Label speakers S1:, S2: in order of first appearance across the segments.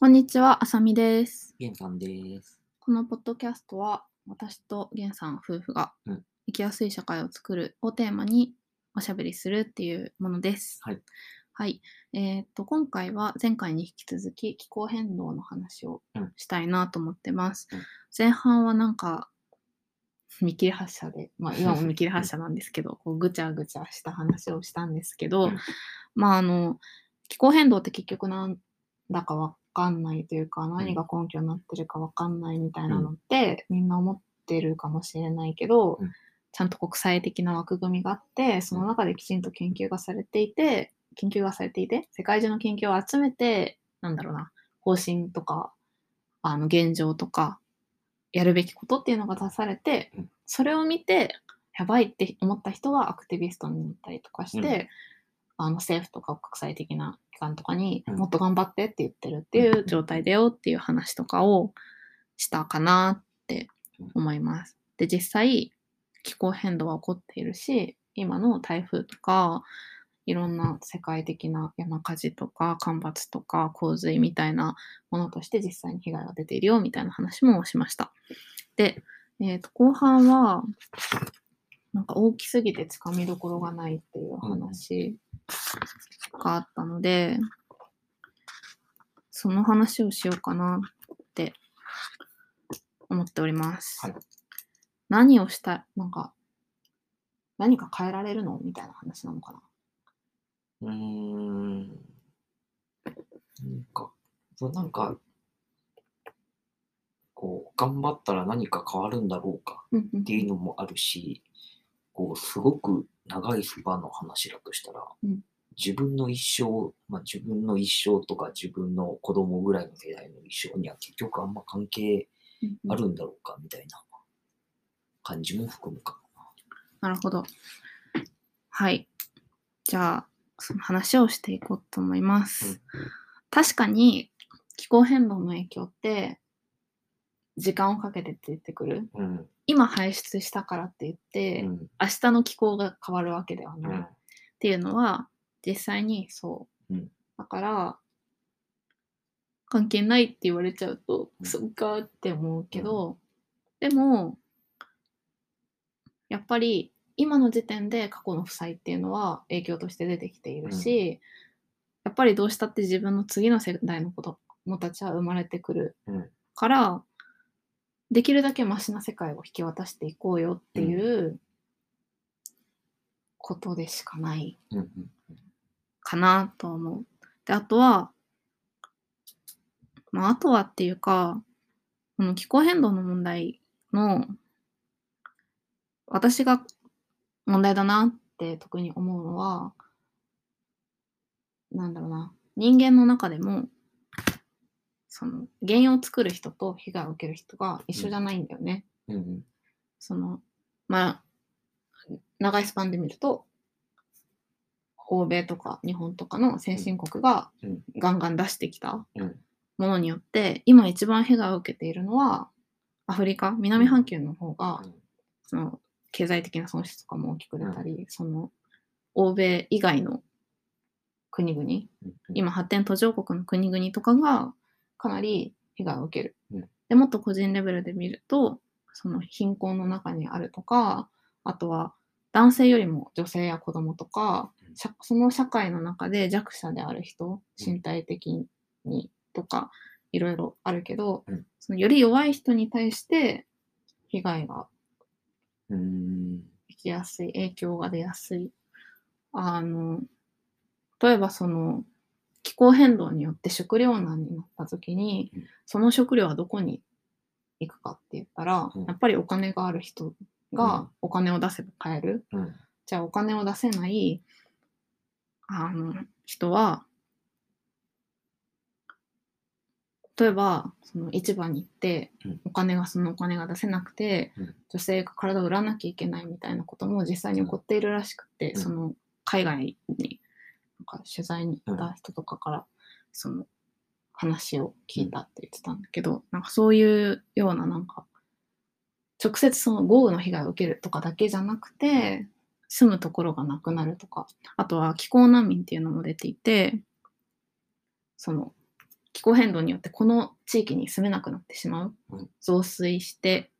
S1: こんにちは、あさみです。
S2: ゲンさんです。
S1: このポッドキャストは、私とげんさん夫婦が
S2: うん
S1: 生きやすい社会を作るをテーマにおしゃべりするっていうものです。
S2: はい。
S1: はい。えーっと、今回は前回に引き続き気候変動の話を
S2: うん
S1: したいなと思ってます。
S2: うん
S1: 前半はなんか、見切り発車で、 まあ今も見切り発車なんですけど、こうぐちゃぐちゃした話をしたんですけど、
S2: うん
S1: まああの、気候変動って結局なんだかわかんないというか、何が根拠になってるかわかんないみたいなのって、みんな思ってるかもしれないけど、
S2: うん
S1: ちゃんと国際的な枠組みがあって、その中できちんと研究がされていて、研究がされていて、世界中の研究を集めて、なんだろうな、方針とか、あの現状とか、やるべきことっていうのが出されて
S2: うん、
S1: それを見て、やばいって思った人はアクティビストになったりとかして、あの政府とか国際的な機関とかに
S2: うん
S1: もっと頑張ってって言ってるっていう状態だよっていう話とかをしたかなって思います。で、実際気候変動は起こっているし、今の台風とか、いろんな世界的な山火事とか干ばつとか洪水みたいなものとして実際に被害が出ているよみたいな話もしました。で、えー、と後半はなんか大きすぎてつかみどころがないっていう話があったので、その話をしようかなって思っております。
S2: はい
S1: 何をしたいなんか何か変えられるのみたいな話なのかな。
S2: うーん。なんか、そうなんか、こう、頑張ったら何か変わるんだろうか
S1: うんうん
S2: っていうのもあるし、こう、すごく長いスパンの話だとしたら、
S1: うん
S2: 自分の一生、まあ、自分の一生とか自分の子供ぐらいの世代の一生には結局あんま関係
S1: うんうん
S2: あるんだろうかみたいな感じも含むかな。
S1: なるほど。はい。じゃあ、その話をしていこうと思います。確かに、気候変動の影響って、時間をかけて出てくる。
S2: うん。
S1: 今排出したからって言っ
S2: う
S1: て、
S2: ん。
S1: 明日の気候が変わるわけでは
S2: う
S1: ない。
S2: ん
S1: っ。ていうのは、実際にそう。
S2: うん
S1: だから、関係ないって言われちゃうと、
S2: うん
S1: そっかって思うけど、でも、やっぱり今の時点で過去の負債っていうのは影響として出てきているし、やっぱりどうしたって自分の次の世代の子供たちは生まれてくる
S2: うん
S1: から、できるだけマシな世界を引き渡していこうよっていうことでしかない
S2: うんうん
S1: かなと思う。で、あとは、まあ、あとはっていうか、この気候変動の問題の、私が問題だなって特に思うのは、なんだろうな、人間の中でも、その原因を作る人と被害を受ける人が一緒じゃないんだよね。
S2: うんうん
S1: そのまあ長いスパンで見ると欧米とか日本とかの先進国が
S2: うん
S1: ガンガン出してきた
S2: うん
S1: ものによって、今一番被害を受けているのはアフリカ南半球の方がその経済的な損失とかも大きく出たり、その欧米以外の国々今発展途上国の国々とかがかなり被害を受ける。
S2: うん
S1: でもっと個人レベルで見るとその貧困の中にあるとかあとは男性よりも女性や子供とか
S2: うん
S1: 社その社会の中で弱者である人
S2: うん
S1: 身体的にとかいろいろあるけど、
S2: うん
S1: そのより弱い人に対して被害が
S2: うんうん
S1: 行きやすい影響が出やすいあの例えばその気候変動によって食糧難になった時に、
S2: うん
S1: その食料はどこに行くかって言ったら、
S2: うん
S1: やっぱりお金がある人
S2: う
S1: が
S2: ん
S1: お金を出せば買える、
S2: うん
S1: じゃあお金を出せないあの人は例えばその市場に行って
S2: うん
S1: お金がそのお金が出せなくて、
S2: うん
S1: 女性が体を売らなきゃいけないみたいなことも実際に起こっているらしくて、
S2: うん
S1: その海外になんか取材に行った人とかから、その話を聞いたって言ってたんだけど、なんかそういうようななんか直接その豪雨の被害を受けるとかだけじゃなくて住むところがなくなるとかあとは気候難民っていうのも出ていてその気気候変動によってこの地域に住めなくなってしまう、
S2: うん
S1: 増水して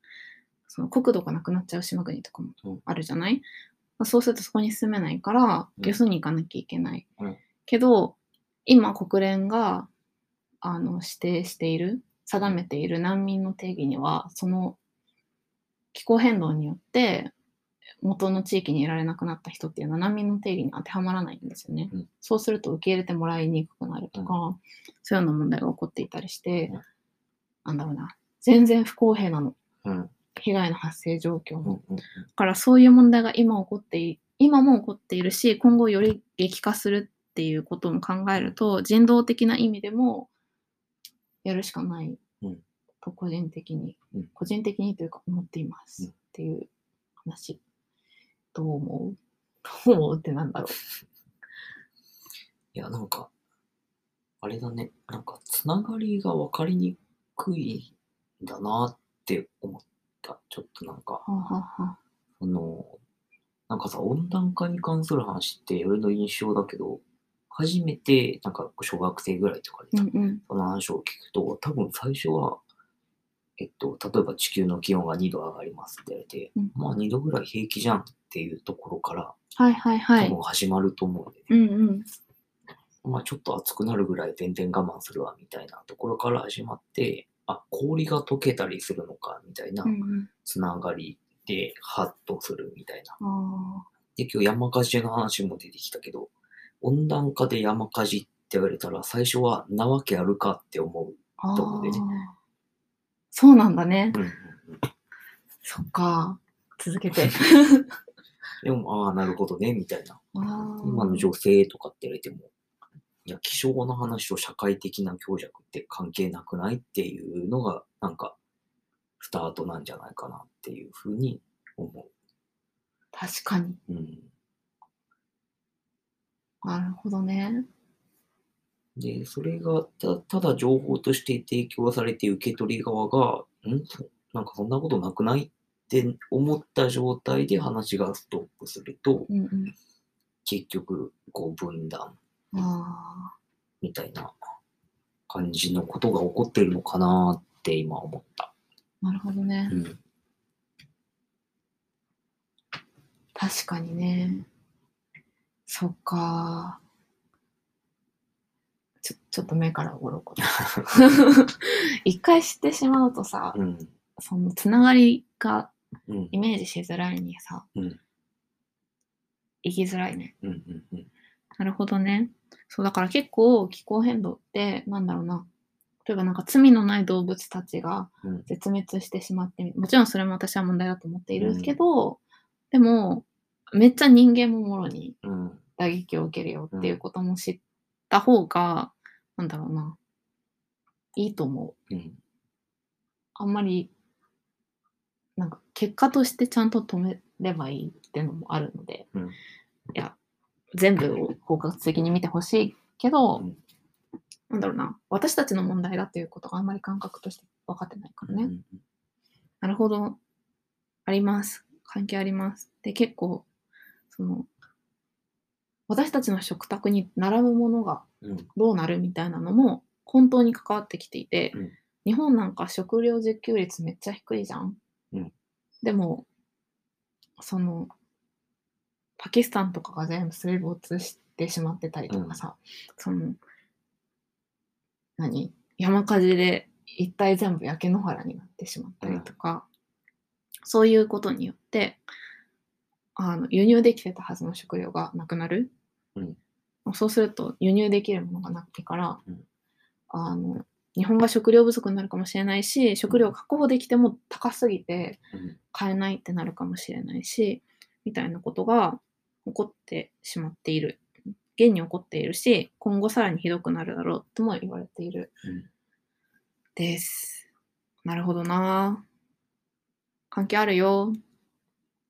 S1: その国土がなくなっちゃう島国とか
S2: うん
S1: もあるじゃない、まあそうするとそこに住めないから
S2: うん
S1: よそに行かなきゃいけない、
S2: うん
S1: けど今国連があの指定している定めている難民の定義にはその気候変動によって元の地域にいられなくなった人っていうのは難民の定義に当てはまらないんですよね。
S2: うん
S1: そうすると受け入れてもらいにくくなるとか、そういうような問題が起こっていたりして、
S2: うん
S1: なんだろうな全然不公平なの
S2: うん。
S1: 被害の発生状況
S2: うん
S1: も。
S2: うん
S1: だからそういう問題が今起こってい今も起こっているし今後より激化するっていうことも考えると人道的な意味でもやるしかない
S2: うん
S1: と個人的に、
S2: うん
S1: 個人的にというか思っています、
S2: うん
S1: っていう話どう思うどう思うってなんだろ
S2: いや、なんか、あれだね、なんか、つながりが分かりにくいんだなって思った。ちょっとなんか、
S1: うはあはあはあ
S2: その、なんかさ、温暖化に関する話って、俺の印象だけど、初めて、なんか、小学生ぐらいとかで
S1: う
S2: さ、
S1: んうん
S2: その話を聞くと、多分最初は、えっと、例えば地球の気温が2度上がりますって言われて、
S1: うん
S2: まあ2度ぐらい平気じゃんっていうところから、
S1: はいはいは
S2: 多
S1: い
S2: 分始まると思うんだよね。
S1: うんうん
S2: まあ、ちょっと暑くなるぐらい全然我慢するわみたいなところから始まって、あ、氷が溶けたりするのかみたいな
S1: うんうん
S2: つながりでハッとするみたいな。
S1: あ
S2: で、今日山火事の話も出てきたけど、温暖化で山火事って言われたら最初はなわけあるかって思う。
S1: ーあ
S2: と思うんだよね
S1: ーそうなんだね、
S2: うんうんうん
S1: そっか続け て
S2: でも、ああ、なるほどね、みたいな。
S1: あー
S2: 今の女性とかって言われても、いや、気象の話と社会的な強弱って関係なくないっていうのが、なんか、スタートなんじゃないかなっていうふうに思
S1: 確かに。
S2: う。うん、
S1: なるほどね。
S2: で、それがたただ情報として提供されて受け取り側が、んそなんかそんなことなくないって思った状態で話がストップすると、
S1: うんうん。
S2: 結局、こう、分断
S1: あ
S2: みたいな感じのことが起こってるのかなって今思った。
S1: あ、なるほどね。
S2: うん
S1: 確かにね。そっか。ちょちょっと目からおろこ だ。一回知ってしまうとさ、
S2: うん。
S1: そのつながりが
S2: うん
S1: イ。メージしづらいにさ、
S2: うん
S1: 行きづらいね。
S2: うん。うん。うん。
S1: なるほどね。そうだから結構気候変動ってなんだろうな。例えばなんか罪のない動物たちが
S2: うん
S1: 絶滅してしまって、もちろんそれも私は問題だと思っているんですけど、でもめっちゃ人間ももろに
S2: うん。
S1: 打撃を受けるよっていうことも知った方が、なんだろうな。いいと思う。
S2: うん。
S1: あんまりなんか結果としてちゃんと止めればいいっていうのもあるので、
S2: うん
S1: いや全部を包括的に見てほしいけど、
S2: うん
S1: なんだろうな私たちの問題だということがあんまり感覚として分かってないからね、
S2: うん
S1: なるほどあります関係ありますで結構その私たちの食卓に並ぶものが
S2: うん。
S1: どうなるみたいなのも本当に関わってきていて、
S2: うん
S1: 日本なんか食料自給率めっちゃ低いじゃん。
S2: うん
S1: でもそのパキスタンとかが全部水没してしまってたりとかさ、その何山火事で一体全部焼け野原になってしまったりとか、そういうことによってあの輸入できてたはずの食料がなくなる、
S2: うん
S1: そうすると輸入できるものがなくてから、
S2: うん
S1: あの日本が食料不足になるかもしれないし食料確保できても高すぎて
S2: うん。
S1: 買えないってなるかもしれないしみたいなことが起こってしまっている現に起こっているし今後さらにひどくなるだろうとも言われている
S2: うん
S1: です。なるほどな関係あるよっ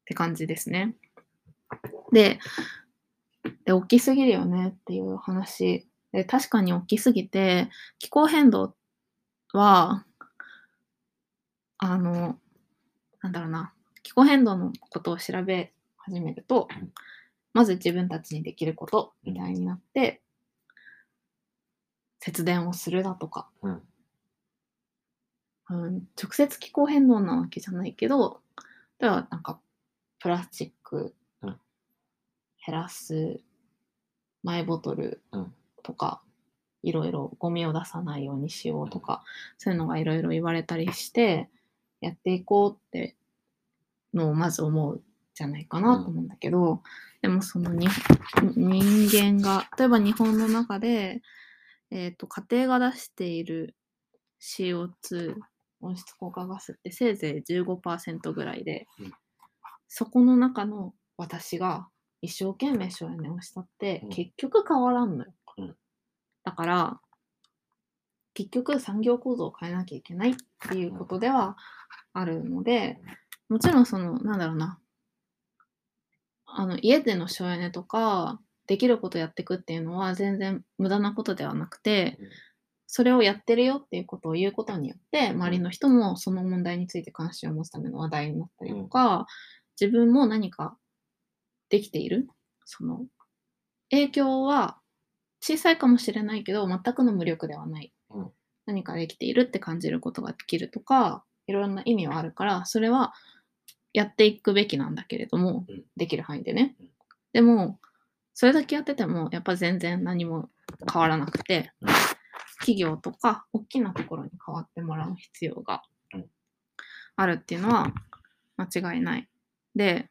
S1: て感じですね。で、で、大きすぎるよねっていう話。で、確かに大きすぎて、気候変動は、あの、なんだろうな、気候変動のことを調べ始めると
S2: うん、
S1: まず自分たちにできることみたいになって、節電をするだとか、
S2: うん
S1: うん直接気候変動なわけじゃないけど例えばなんかプラスチック
S2: うん
S1: 減らすマイボトル
S2: うん
S1: とか、いろいろゴミを出さないようにしようとか、そういうのがいろいろ言われたりしてやっていこうってのをまず思うじゃないかなと思うんだけど、でもそのに人間が例えば日本の中で、えー、と家庭が出している CO2 温室効果ガスってせいぜい15%ぐらいで、
S2: うん
S1: そこの中の私が一生懸命省エネをしたって、
S2: うん
S1: 結局変わらんのよ、
S2: うん
S1: だから結局産業構造を変えなきゃいけないっていうことではあるので、もちろんそのなんだろうなあの家での省エネとかできることやっていくっていうのは全然無駄なことではなくて、
S2: うん
S1: それをやってるよっていうことを言うことによって周りの人もその問題について関心を持つための話題になったりとか、自分も何かできているその影響は小さいかもしれないけど全くの無力ではない、
S2: うん
S1: 何かできているって感じることができるとかいろんな意味はあるからそれはやっていくべきなんだけれども、
S2: うん
S1: できる範囲でね、
S2: うん
S1: でもそれだけやっててもやっぱ全然何も変わらなくて、
S2: うん
S1: 企業とか大きなところに変わってもらう必要が
S2: うん
S1: あるっていうのは間違いない。で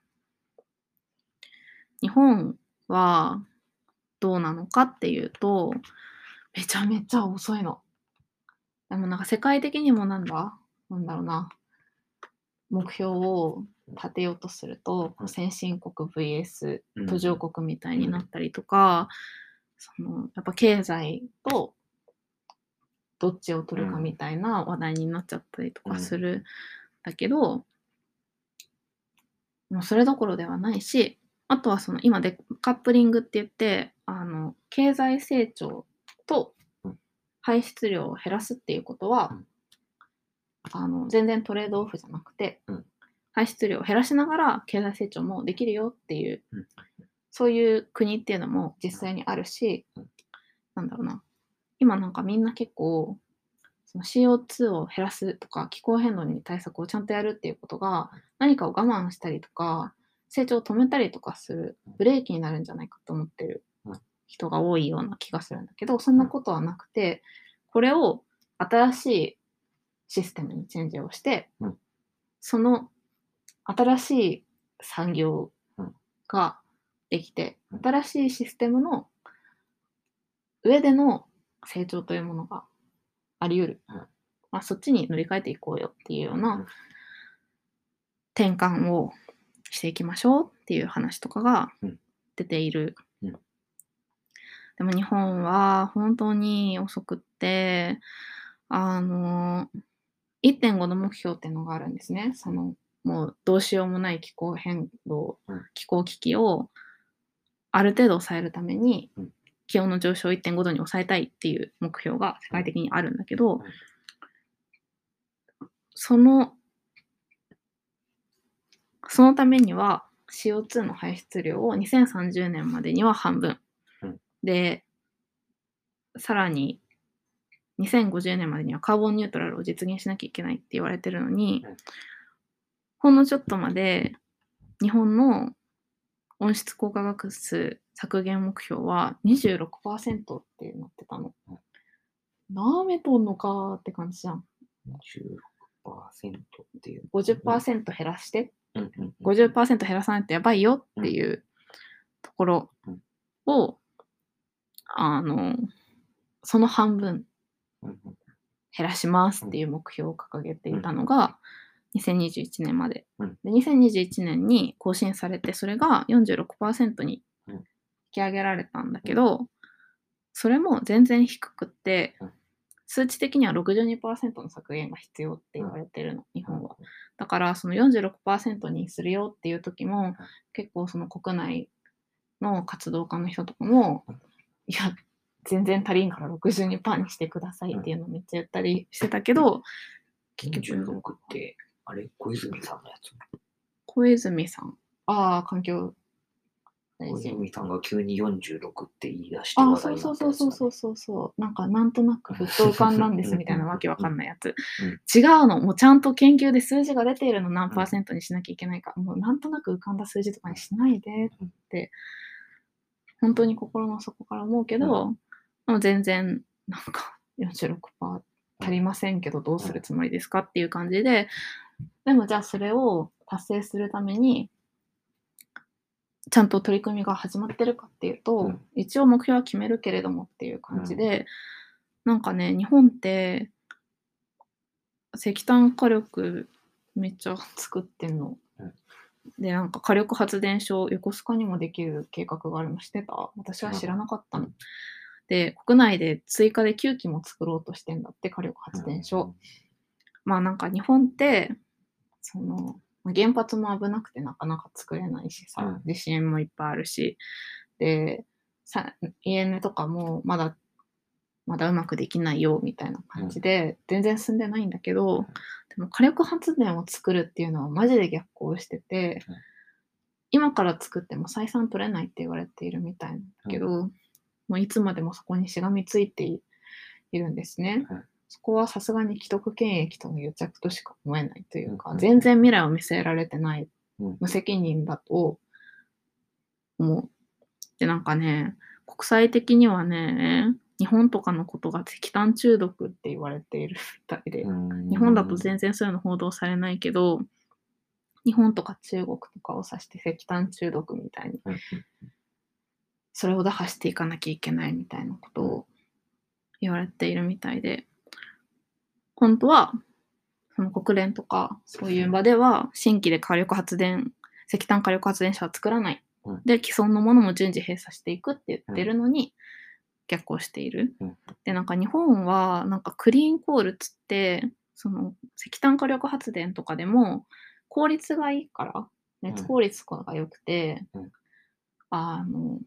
S1: 日本はどうなのかっていうとめちゃめちゃ遅いの。でもなんか世界的にもなんだなんだろうな目標を立てようとすると
S2: うん
S1: 先進国 VS
S2: うん
S1: 途上国みたいになったりとか、そのやっぱ経済とどっちを取るかみたいな話題になっちゃったりとかするんだけど、もうそれどころではないしあとはその今デカップリングって言ってあの経済成長と
S2: うん
S1: 排出量を減らすっていうことは、
S2: うん
S1: あの全然トレードオフじゃなくて、
S2: うん
S1: 排出量を減らしながら経済成長もできるよっていう
S2: うん
S1: そういう国っていうのも実際にあるし
S2: うん、
S1: なんだろうな、今なんかみんな結構、その CO2 を減らすとか気候変動に対策をちゃんとやるっていうことが何かを我慢したりとか成長を止めたりとかするブレーキになるんじゃないかと思ってる
S2: うん
S1: 人が多いような気がするんだけどそんなことはなくてこれを新しいシステムにチェンジをして
S2: うん
S1: その新しい産業ができて
S2: うん
S1: 新しいシステムの上での成長というものがあり得る、
S2: うん
S1: まあ、そっちに乗り換えていこうよっていうよう
S2: うん
S1: な転換をしていきましょうっていう話とかが
S2: うん
S1: 出ている、
S2: うん
S1: でも日本は本当に遅くってあの1.5の目標っていうのがあるんですねそのもうどうしようもない気候変動、
S2: うん
S1: 気候危機をある程度抑えるために
S2: うん
S1: 気温の上昇を1.5度に抑えたいっていう目標が世界的にあるんだけど、
S2: うん
S1: そのそのためには CO2 の排出量を2030年までには半分、
S2: うん
S1: でさらに2050年までにはカーボンニュートラルを実現しなきゃいけないって言われてるのに、
S2: うん
S1: ほんのちょっとまで日本の温室効果ガス削減目標は26%ってなってたの
S2: うん。
S1: なめとんのかーって感じじゃん。
S2: 16%っていう。
S1: 50%減らして
S2: うんうんうん
S1: 50%減らさないとやばいよっていうところを、あのその半分
S2: うんうん
S1: 減らしますっていう目標を掲げていたのが、2021年まで
S2: うん
S1: で2021年に更新されてそれが46%に
S2: うん
S1: 引き上げられたんだけど、それも全然低くって、
S2: うん
S1: 数値的には62%の削減が必要って言われてるの、日
S2: うん
S1: 本は。だからその46%にするよっていう時も結構その国内の活動家の人とかも
S2: うん
S1: いや全然足りんから62%にしてくださいっていうのめっちゃ言ったりしてたけど結局
S2: 46って、あれ小泉さんのやつ。
S1: 小泉さんああ環境大
S2: 小
S1: 事。
S2: 泉さんが急に46って言い出して
S1: あ、
S2: 話
S1: そ
S2: 題
S1: う
S2: に
S1: そ
S2: な
S1: う
S2: った
S1: そ
S2: や
S1: う
S2: つ
S1: そう
S2: だね
S1: そうそうそう。なんかなんとなく沸 騰感なんですみたいなわけわかんないやつ
S2: うん。
S1: 違うの。もうちゃんと研究で数字が出ているの何パーセントにしなきゃいけないか。もうなんとなく浮かんだ数字とかにしないでって、本当に心の底から思うけど、でも全然なんか46%足りませんけどどうするつもりですかっていう感じで、でもじゃあそれを達成するために、ちゃんと取り組みが始まってるかっていうと、
S2: うん
S1: 一応目標は決めるけれどもっていう感じで、なんかね日本って石炭火力めっちゃ作ってんの。
S2: うん
S1: でなんか火力発電所を横須賀にもできる計画があるの知ってた私は知らなかったの。
S2: うん
S1: で国内で追加で9基も作ろうとしてんだって火力発電所。まあなんか日本ってそのまあ原発も危なくてなかなか作れないしさ、
S2: うん
S1: 地震もいっぱいあるしでさ家根とかもまだまだうまくできないよみたいな感じで、全然進んでないんだけど、でも火力発電を作るっていうのはマジで逆行してて、
S2: うん
S1: 今から作っても採算取れないって言われているみたいなんだけど、もういつまでもそこにしがみついていいるんですね。
S2: うん
S1: そこはさすがに既得権益との癒着としか思えないというか、
S2: うん
S1: 全然未来を見据えられてない、
S2: うん
S1: 無責任だと思う。で、なんかね、国際的にはね、日本とかのことが石炭中毒って言われているみたいで、
S2: うん
S1: 日本だと全然そういうの報道されないけど、日本とか中国とかを指して石炭中毒みたいに、
S2: うん
S1: それを打破していかなきゃいけないみたいなことを言われているみたいで、本当は、その国連とか、そういう場では、新規で火力発電、石炭火力発電所は作らない
S2: うん。
S1: で、既存のものも順次閉鎖していくって言ってるのに、逆行している
S2: うん。
S1: で、なんか日本は、なんかクリーンコールっつって、その石炭火力発電とかでも効率がいいから熱効率とかが良くて、
S2: うん
S1: あの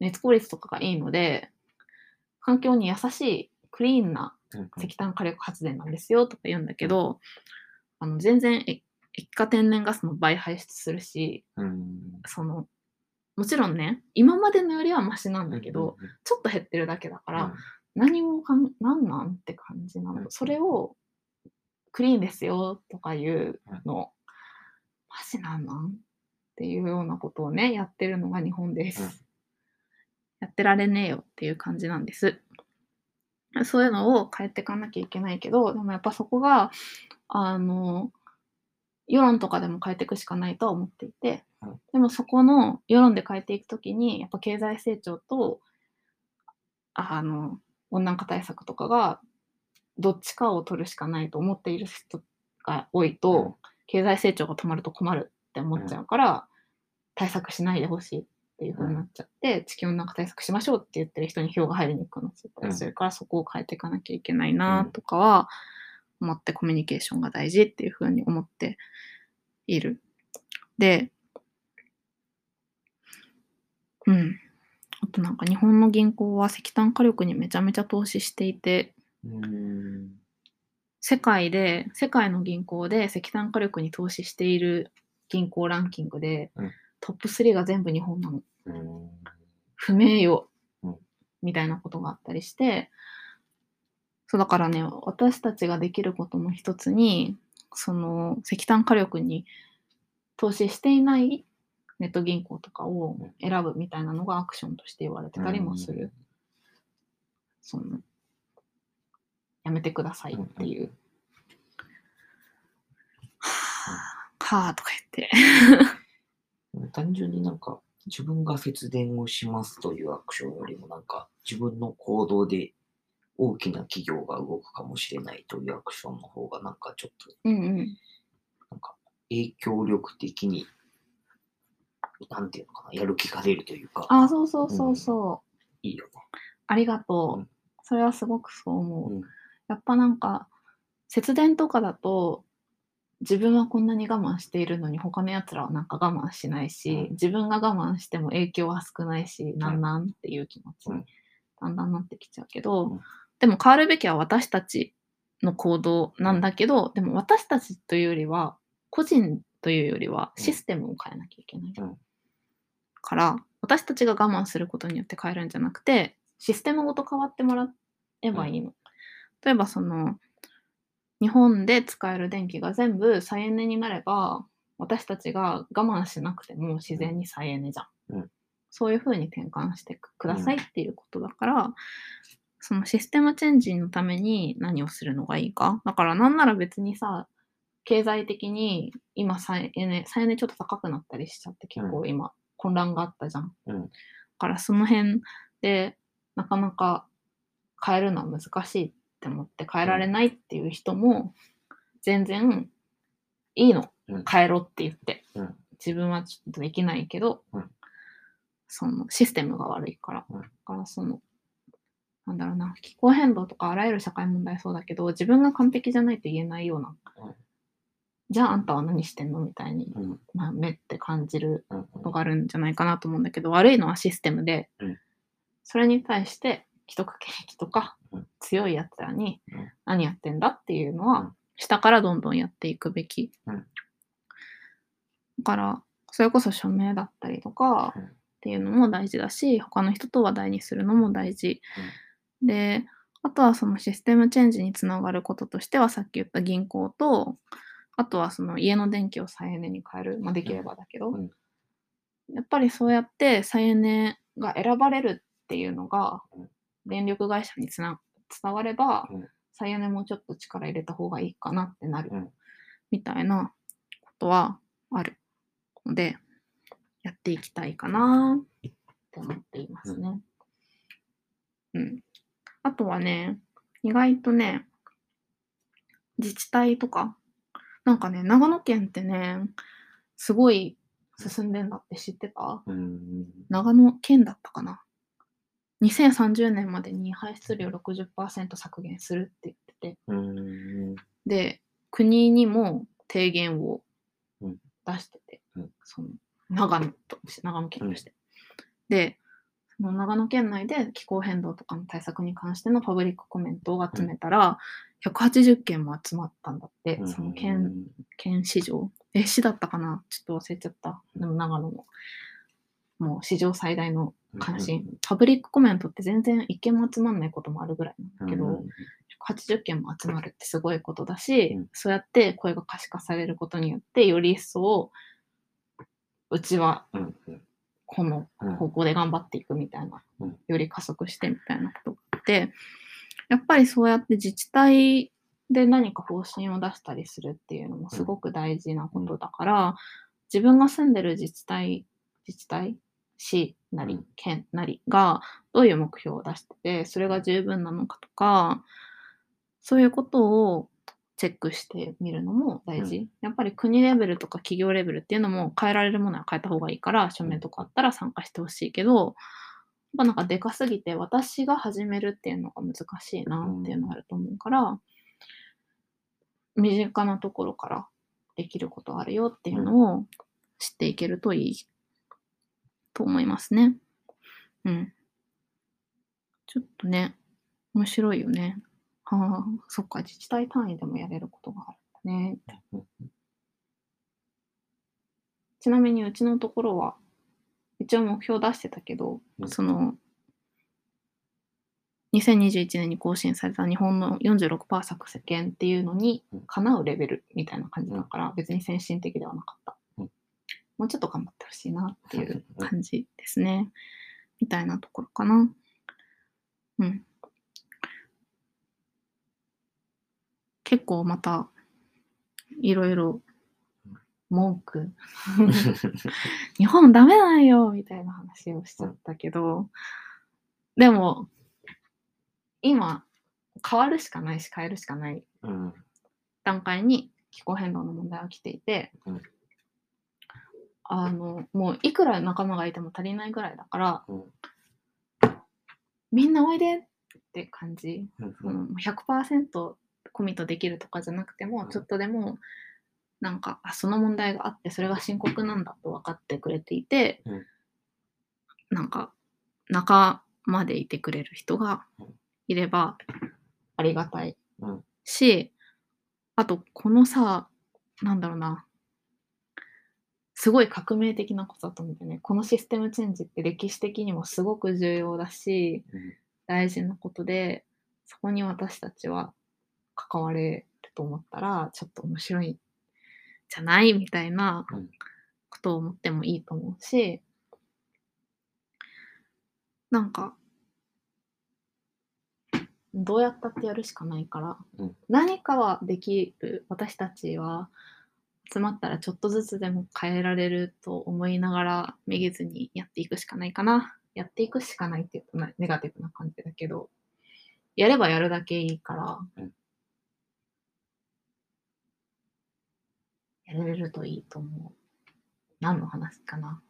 S1: 熱効率とかがいいので環境に優しいクリーンな
S2: うん
S1: 石炭火力発電なんですよとか言うんだけど、あの全然え液化天然ガスの倍排出するし
S2: うん
S1: そのもちろんね今までのよりはマシなんだけど、
S2: うん
S1: ちょっと減ってるだけだから、
S2: うん
S1: 何をかん、なんなんって感じな
S2: うん
S1: の。それを、クリーンですよとかいうの、マジなんなんっていうようなことをね、やってるのが日本です。
S2: うん
S1: やってられねえよっていう感じなんです。そういうのを変えていかなきゃいけないけど、でもやっぱそこが、あの、世論とかでも変えていくしかないとは思っていて
S2: うん、
S1: でもそこの世論で変えていくときに、やっぱ経済成長と、あの、温暖化対策とかがどっちかを取るしかないと思っている人が多いと、
S2: うん
S1: 経済成長が止まると困るって思っちゃうから、対策しないでほしいっていうふうになっちゃって、地球温暖化対策しましょうって言ってる人に票が入りにくくなっちゃったり
S2: うん
S1: するから、そこを変えていかなきゃいけないなとかは思ってコミュニケーションが大事っていうふうに思っている。で、うん。あとなんか日本の銀行は石炭火力にめちゃめちゃ投資していて、
S2: うん
S1: 世界で、世界の銀行で石炭火力に投資している銀行ランキングで、
S2: うん
S1: トップ3が全部日本なの。
S2: うん
S1: 不名誉
S2: うん
S1: みたいなことがあったりして、そうだからね、私たちができることの一つに、その石炭火力に投資していないネット銀行とかを選ぶみたいなのがアクションとして言われてたりもする。その、やめてくださいっていう。はぁ、はぁとか言って。
S2: 単純になんか自分が節電をしますというアクションよりもなんか自分の行動で大きな企業が動くかもしれないというアクションの方がなんかちょっと
S1: うんうん。
S2: なんか影響力的になんていうのかなやる気が出るというか
S1: あ、そうそうそうそう。
S2: いいよ
S1: ありがとう。
S2: うん
S1: それはすごくそう思う。
S2: ね。
S1: やっぱなんか節電とかだと自分はこんなに我慢しているのに他のやつらはなんか我慢しないし、
S2: うん
S1: 自分が我慢しても影響は少ないし、なんなんっていう気持ち
S2: う
S1: に
S2: ん
S1: だんだんなってきちゃうけど、
S2: うん
S1: でも変わるべきは私たちの行動なんだけど、でも私たちというよりは個人というよりはシステムを変えなきゃいけない。
S2: うん
S1: から私たちが我慢することによって変えるんじゃなくてシステムごと変わってもらえばいいの。例えばその日本で使える電気が全部再エネになれば私たちが我慢しなくても自然に再エネじゃん。
S2: うん
S1: そういうふうに転換してくくださいっていうことだから、そのシステムチェンジのために何をするのがいいか。だからなんなら別にさ、経済的に今再エネ、再エネちょっと高くなったりしちゃって結構今混乱があったじゃん。
S2: うん
S1: だからその辺でなかなか変えるのは難しいって思って変えられないっていう人も全然いいの
S2: うん。
S1: 変えろって言って。
S2: うん
S1: 自分はちょっとできないけど、
S2: うん
S1: そのシステムが悪いから。
S2: うん
S1: だからその、なんだろうな、気候変動とかあらゆる社会問題そうだけど、自分が完璧じゃないと言えないような、
S2: うん
S1: じゃああんたは何してんのみたいに、
S2: うん。
S1: まあ、目って感じる
S2: うん。
S1: のがあるんじゃないかなと思うんだけど、悪いのはシステムで、
S2: うん
S1: それに対して既得権益とか、
S2: うん
S1: 強いやつらに
S2: うん
S1: 何やってんだっていうの
S2: う
S1: は
S2: ん
S1: 下からどんどんやっていくべき、
S2: うん
S1: だからそれこそ署名だったりとか
S2: うん
S1: っていうのも大事だし他の人と話題にするのも大事、であとはそのシステムチェンジにつながることとしてはさっき言った銀行とあとはその家の電気を再エネに変える、まあ、できればだけど、
S2: うん
S1: やっぱりそうやって再エネが選ばれるっていうのが
S2: うん
S1: 電力会社につな伝われば
S2: うん
S1: 再エネもちょっと力入れた方がいいかなってなる
S2: うん
S1: みたいなことはあるのでやっていきたいかなって思っていますね。うん、あとはね意外とね自治体とかなんかね長野県ってねすごい進んでんだって知ってた
S2: うん。
S1: 長野県だったかな2030年までに排出量60%削減するって言ってて
S2: うん。
S1: で国にも提言を
S2: うん
S1: 出してて、
S2: うん
S1: その長野と長野県として、でその長野県内で気候変動とかの対策に関してのパブリックコメントを集めたら、180件も集まったんだって、その県県市場え市だったかなちょっと忘れちゃったでも長野のもう史上最大の関心、パブリックコメントって全然一件も集まんないこともあるぐらいなんだけど、80件も集まるってすごいことだし、
S2: うん
S1: そうやって声が可視化されることによってより一層うちは
S2: うん。
S1: この方向で頑張っていくみたいな、
S2: うん
S1: より加速してみたいなことがあってやっぱりそうやって自治体で何か方針を出したりするっていうのもすごく大事なことだから、自分が住んでる自治体自治体市な
S2: う
S1: り
S2: ん
S1: 県なりがどういう目標を出しててそれが十分なのかとかそういうことをチェックしてみるのも大事、
S2: う
S1: やっぱり国レベルとか企業レベルっていうのも変えられるものは変えた方がいいから署名とかあったら参加してほしいけどやっぱなんかでかすぎて私が始めるっていうのが難しいなっていうのがあると思うから、身近なところからできることあるよっていうのを知っていけるといいと思いますね。うん。ちょっとね、面白いよね。ああ、そっか、自治体単位でもやれることがあるんだね。ちなみにうちのところは、一応目標出してたけど、
S2: うん
S1: その、2021年に更新された日本の46%削減っていうのに
S2: うん
S1: かなうレベルみたいな感じだから、別に先進的ではなかった。
S2: うん
S1: もうちょっと頑張ってほしいなっていう感じですね。みたいなところかな。うん。結構また、いろいろ文句。日本ダメなんよみたいな話をしちゃったけど、でも、今、変わるしかないし変えるしかない
S2: うん。
S1: 段階に気候変動の問題は来ていて、
S2: うん
S1: あのもういくら仲間がいても足りないぐらいだからみんなおいでって感じ、その100%コミットできるとかじゃなくても
S2: うん
S1: ちょっとでもなんかあその問題があってそれが深刻なんだと分かってくれていて、
S2: うん
S1: なんか仲間でいてくれる人がいればありがたい
S2: うん
S1: し、あとこのさなんだろうなすごい革命的なことだと思うんだよね。このシステムチェンジって歴史的にもすごく重要だし、
S2: うん
S1: 大事なことで、そこに私たちは関われると思ったら、ちょっと面白いんじゃないみたいな
S2: うん
S1: ことを思ってもいいと思うし、なんか、どうやったってやるしかないから、
S2: うん
S1: 何かはできる私たちは集まったらちょっとずつでも変えられると思いながらめげずにやっていくしかないかなやっていくしかないっていうとなネガティブな感じだけどやればやるだけいいから、
S2: うん
S1: やれるといいと思う何の話か な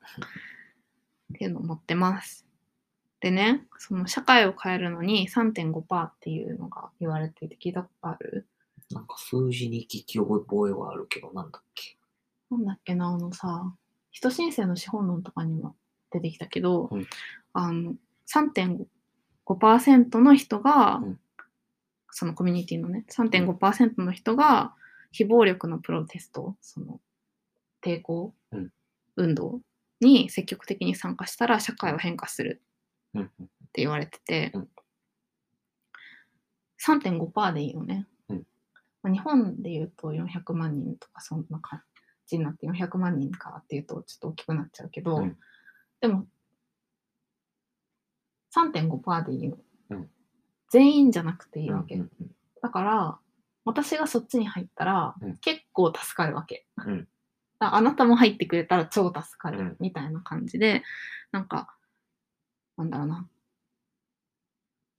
S1: っていうのを持ってますでね、その社会を変えるのに3.5%っていうのが言われていて聞いたことある。
S2: なんか数字に聞き覚えはあるけど、なんだっけ。
S1: なんだっけな、あのさ、人申請の資本論とかにも出てきたけど、
S2: うん
S1: あの3.5%の人が、
S2: うん
S1: そのコミュニティのね、3.5%の人が非暴力のプロテスト、その抵抗
S2: うん
S1: 運動に積極的に参加したら社会を変化する
S2: うん。
S1: って言われてて、
S2: うん
S1: 3.5%でいいよね、
S2: うん
S1: まあ日本でいうと400万人とかそんな感じになって400万人かっていうとちょっと大きくなっちゃうけど、
S2: うん
S1: でも3.5%でいいの、
S2: うん
S1: 全員じゃなくていい
S2: うん
S1: わけ、だから私がそっちに入ったら
S2: うん
S1: 結構助かるわけ、
S2: うん
S1: だから あなたも入ってくれたら超助か
S2: うん
S1: るみたいな感じで、なんかなんだろうな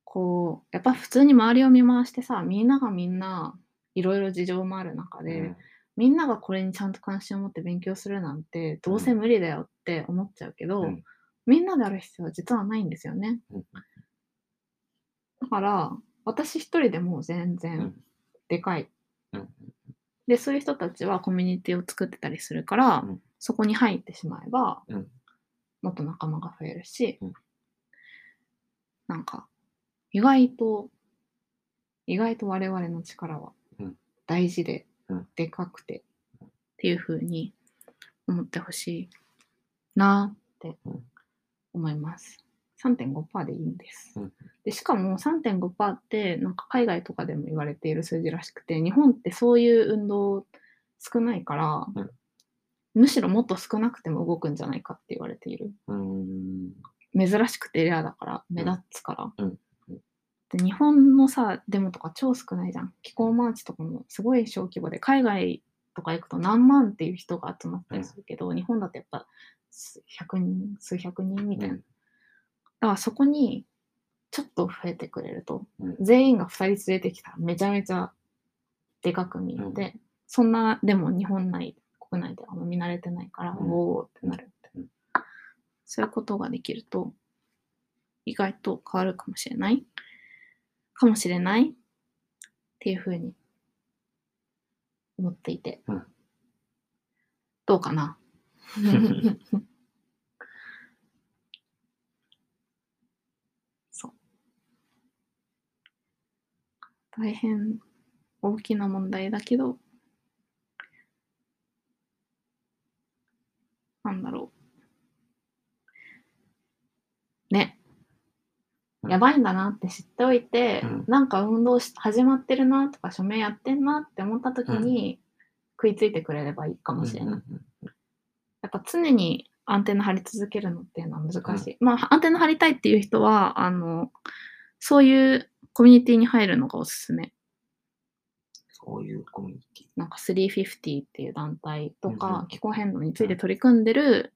S1: こうやっぱ普通に周りを見回してさみんながみんないろいろ事情もある中で、
S2: うん
S1: みんながこれにちゃんと関心を持って勉強するなんてどうせ無理だよって思っちゃうけど、
S2: うん
S1: みんなである必要は実はないんですよね。
S2: うん
S1: だから私一人でもう全
S2: う
S1: 然
S2: ん
S1: でかい。
S2: うん
S1: でそういう人たちはコミュニティを作ってたりするから、
S2: うん
S1: そこに入ってしまえば、
S2: うん
S1: もっと仲間が増えるし、
S2: うん
S1: なんか意外と意外と我々の力は
S2: うん
S1: 大事で、
S2: うん
S1: でかくてっていう風に思ってほしいなって
S2: うん
S1: 思います。3.5%でいいんです。
S2: うん
S1: でしかも3.5%ってなんか海外とかでも言われている数字らしくて日本ってそういう運動少ないから、
S2: うん
S1: むしろもっと少なくても動くんじゃないかって言われている。
S2: うん。
S1: 珍しくてレアだから目立つから、
S2: うんう
S1: で日本のさデモとか超少ないじゃん気候マーチとかもすごい小規模で海外とか行くと何万っていう人が集まったりするけど、日本だとやっぱ数100人数百人みたいな、
S2: うん
S1: だからそこにちょっと増えてくれると、
S2: うん
S1: 全員が2人連れてきたらめちゃめちゃでかく見えて、そんなでも日本内国内ではあんま見慣れてないから、
S2: うん
S1: おおってなるって、
S2: うん
S1: そういうことができると意外と変わるかもしれないかもしれないっていうふうに思っていて、
S2: うん
S1: どうかな そう大変大きな問題だけどなんだろう。ね。
S2: うん
S1: やばいんだなって知っておいて、
S2: うん
S1: なんか運動し始まってるなとか署名やってんなって思った時に、食いついてくれればいいかもしれない。やっぱ常にアンテナ張り続けるのっていうのは難しい。まあ、アンテナ張りたいっていう人は、あの、そういうコミュニティに入るのがおすすめ。
S2: そういうコミュニティ。
S1: なんか350っていう団体と
S2: うんう
S1: か
S2: ん、
S1: 気候変動について取り組んでる、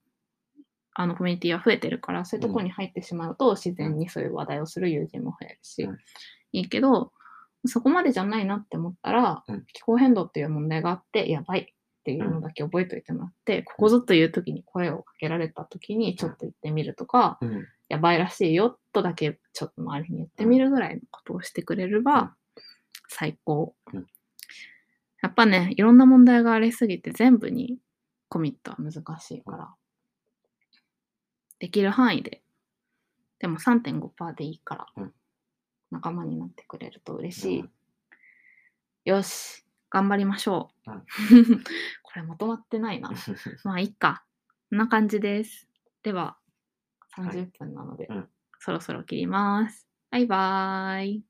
S1: あのコミュニティが増えてるから、そういうところに入ってしまうと、自然にそういう話題をする友人も増えるし、
S2: うん
S1: いいけど、そこまでじゃないなって思ったら、
S2: うん
S1: 気候変動っていう問題があって、やばいっていうのだけ覚えておいてもらって、ここぞという時に声をかけられた時にちょっと行ってみるとか、
S2: うん。
S1: やばいらしいよとだけちょっと周りに言ってみるぐらいのことをしてくれれ
S2: うん
S1: ば最高
S2: うん。
S1: やっぱね、いろんな問題がありすぎて全部にコミットは難しいから。できる範囲で。でも3.5%でいいか
S2: う
S1: ら
S2: ん
S1: 仲間になってくれると嬉しい。よし、頑張りましょう。
S2: うん
S1: ここれまとまってない な。まあ、いっか。こんな感じです。では、
S2: はい
S1: 30分なので、
S2: うん
S1: そろそろ切ります。バイバーイ。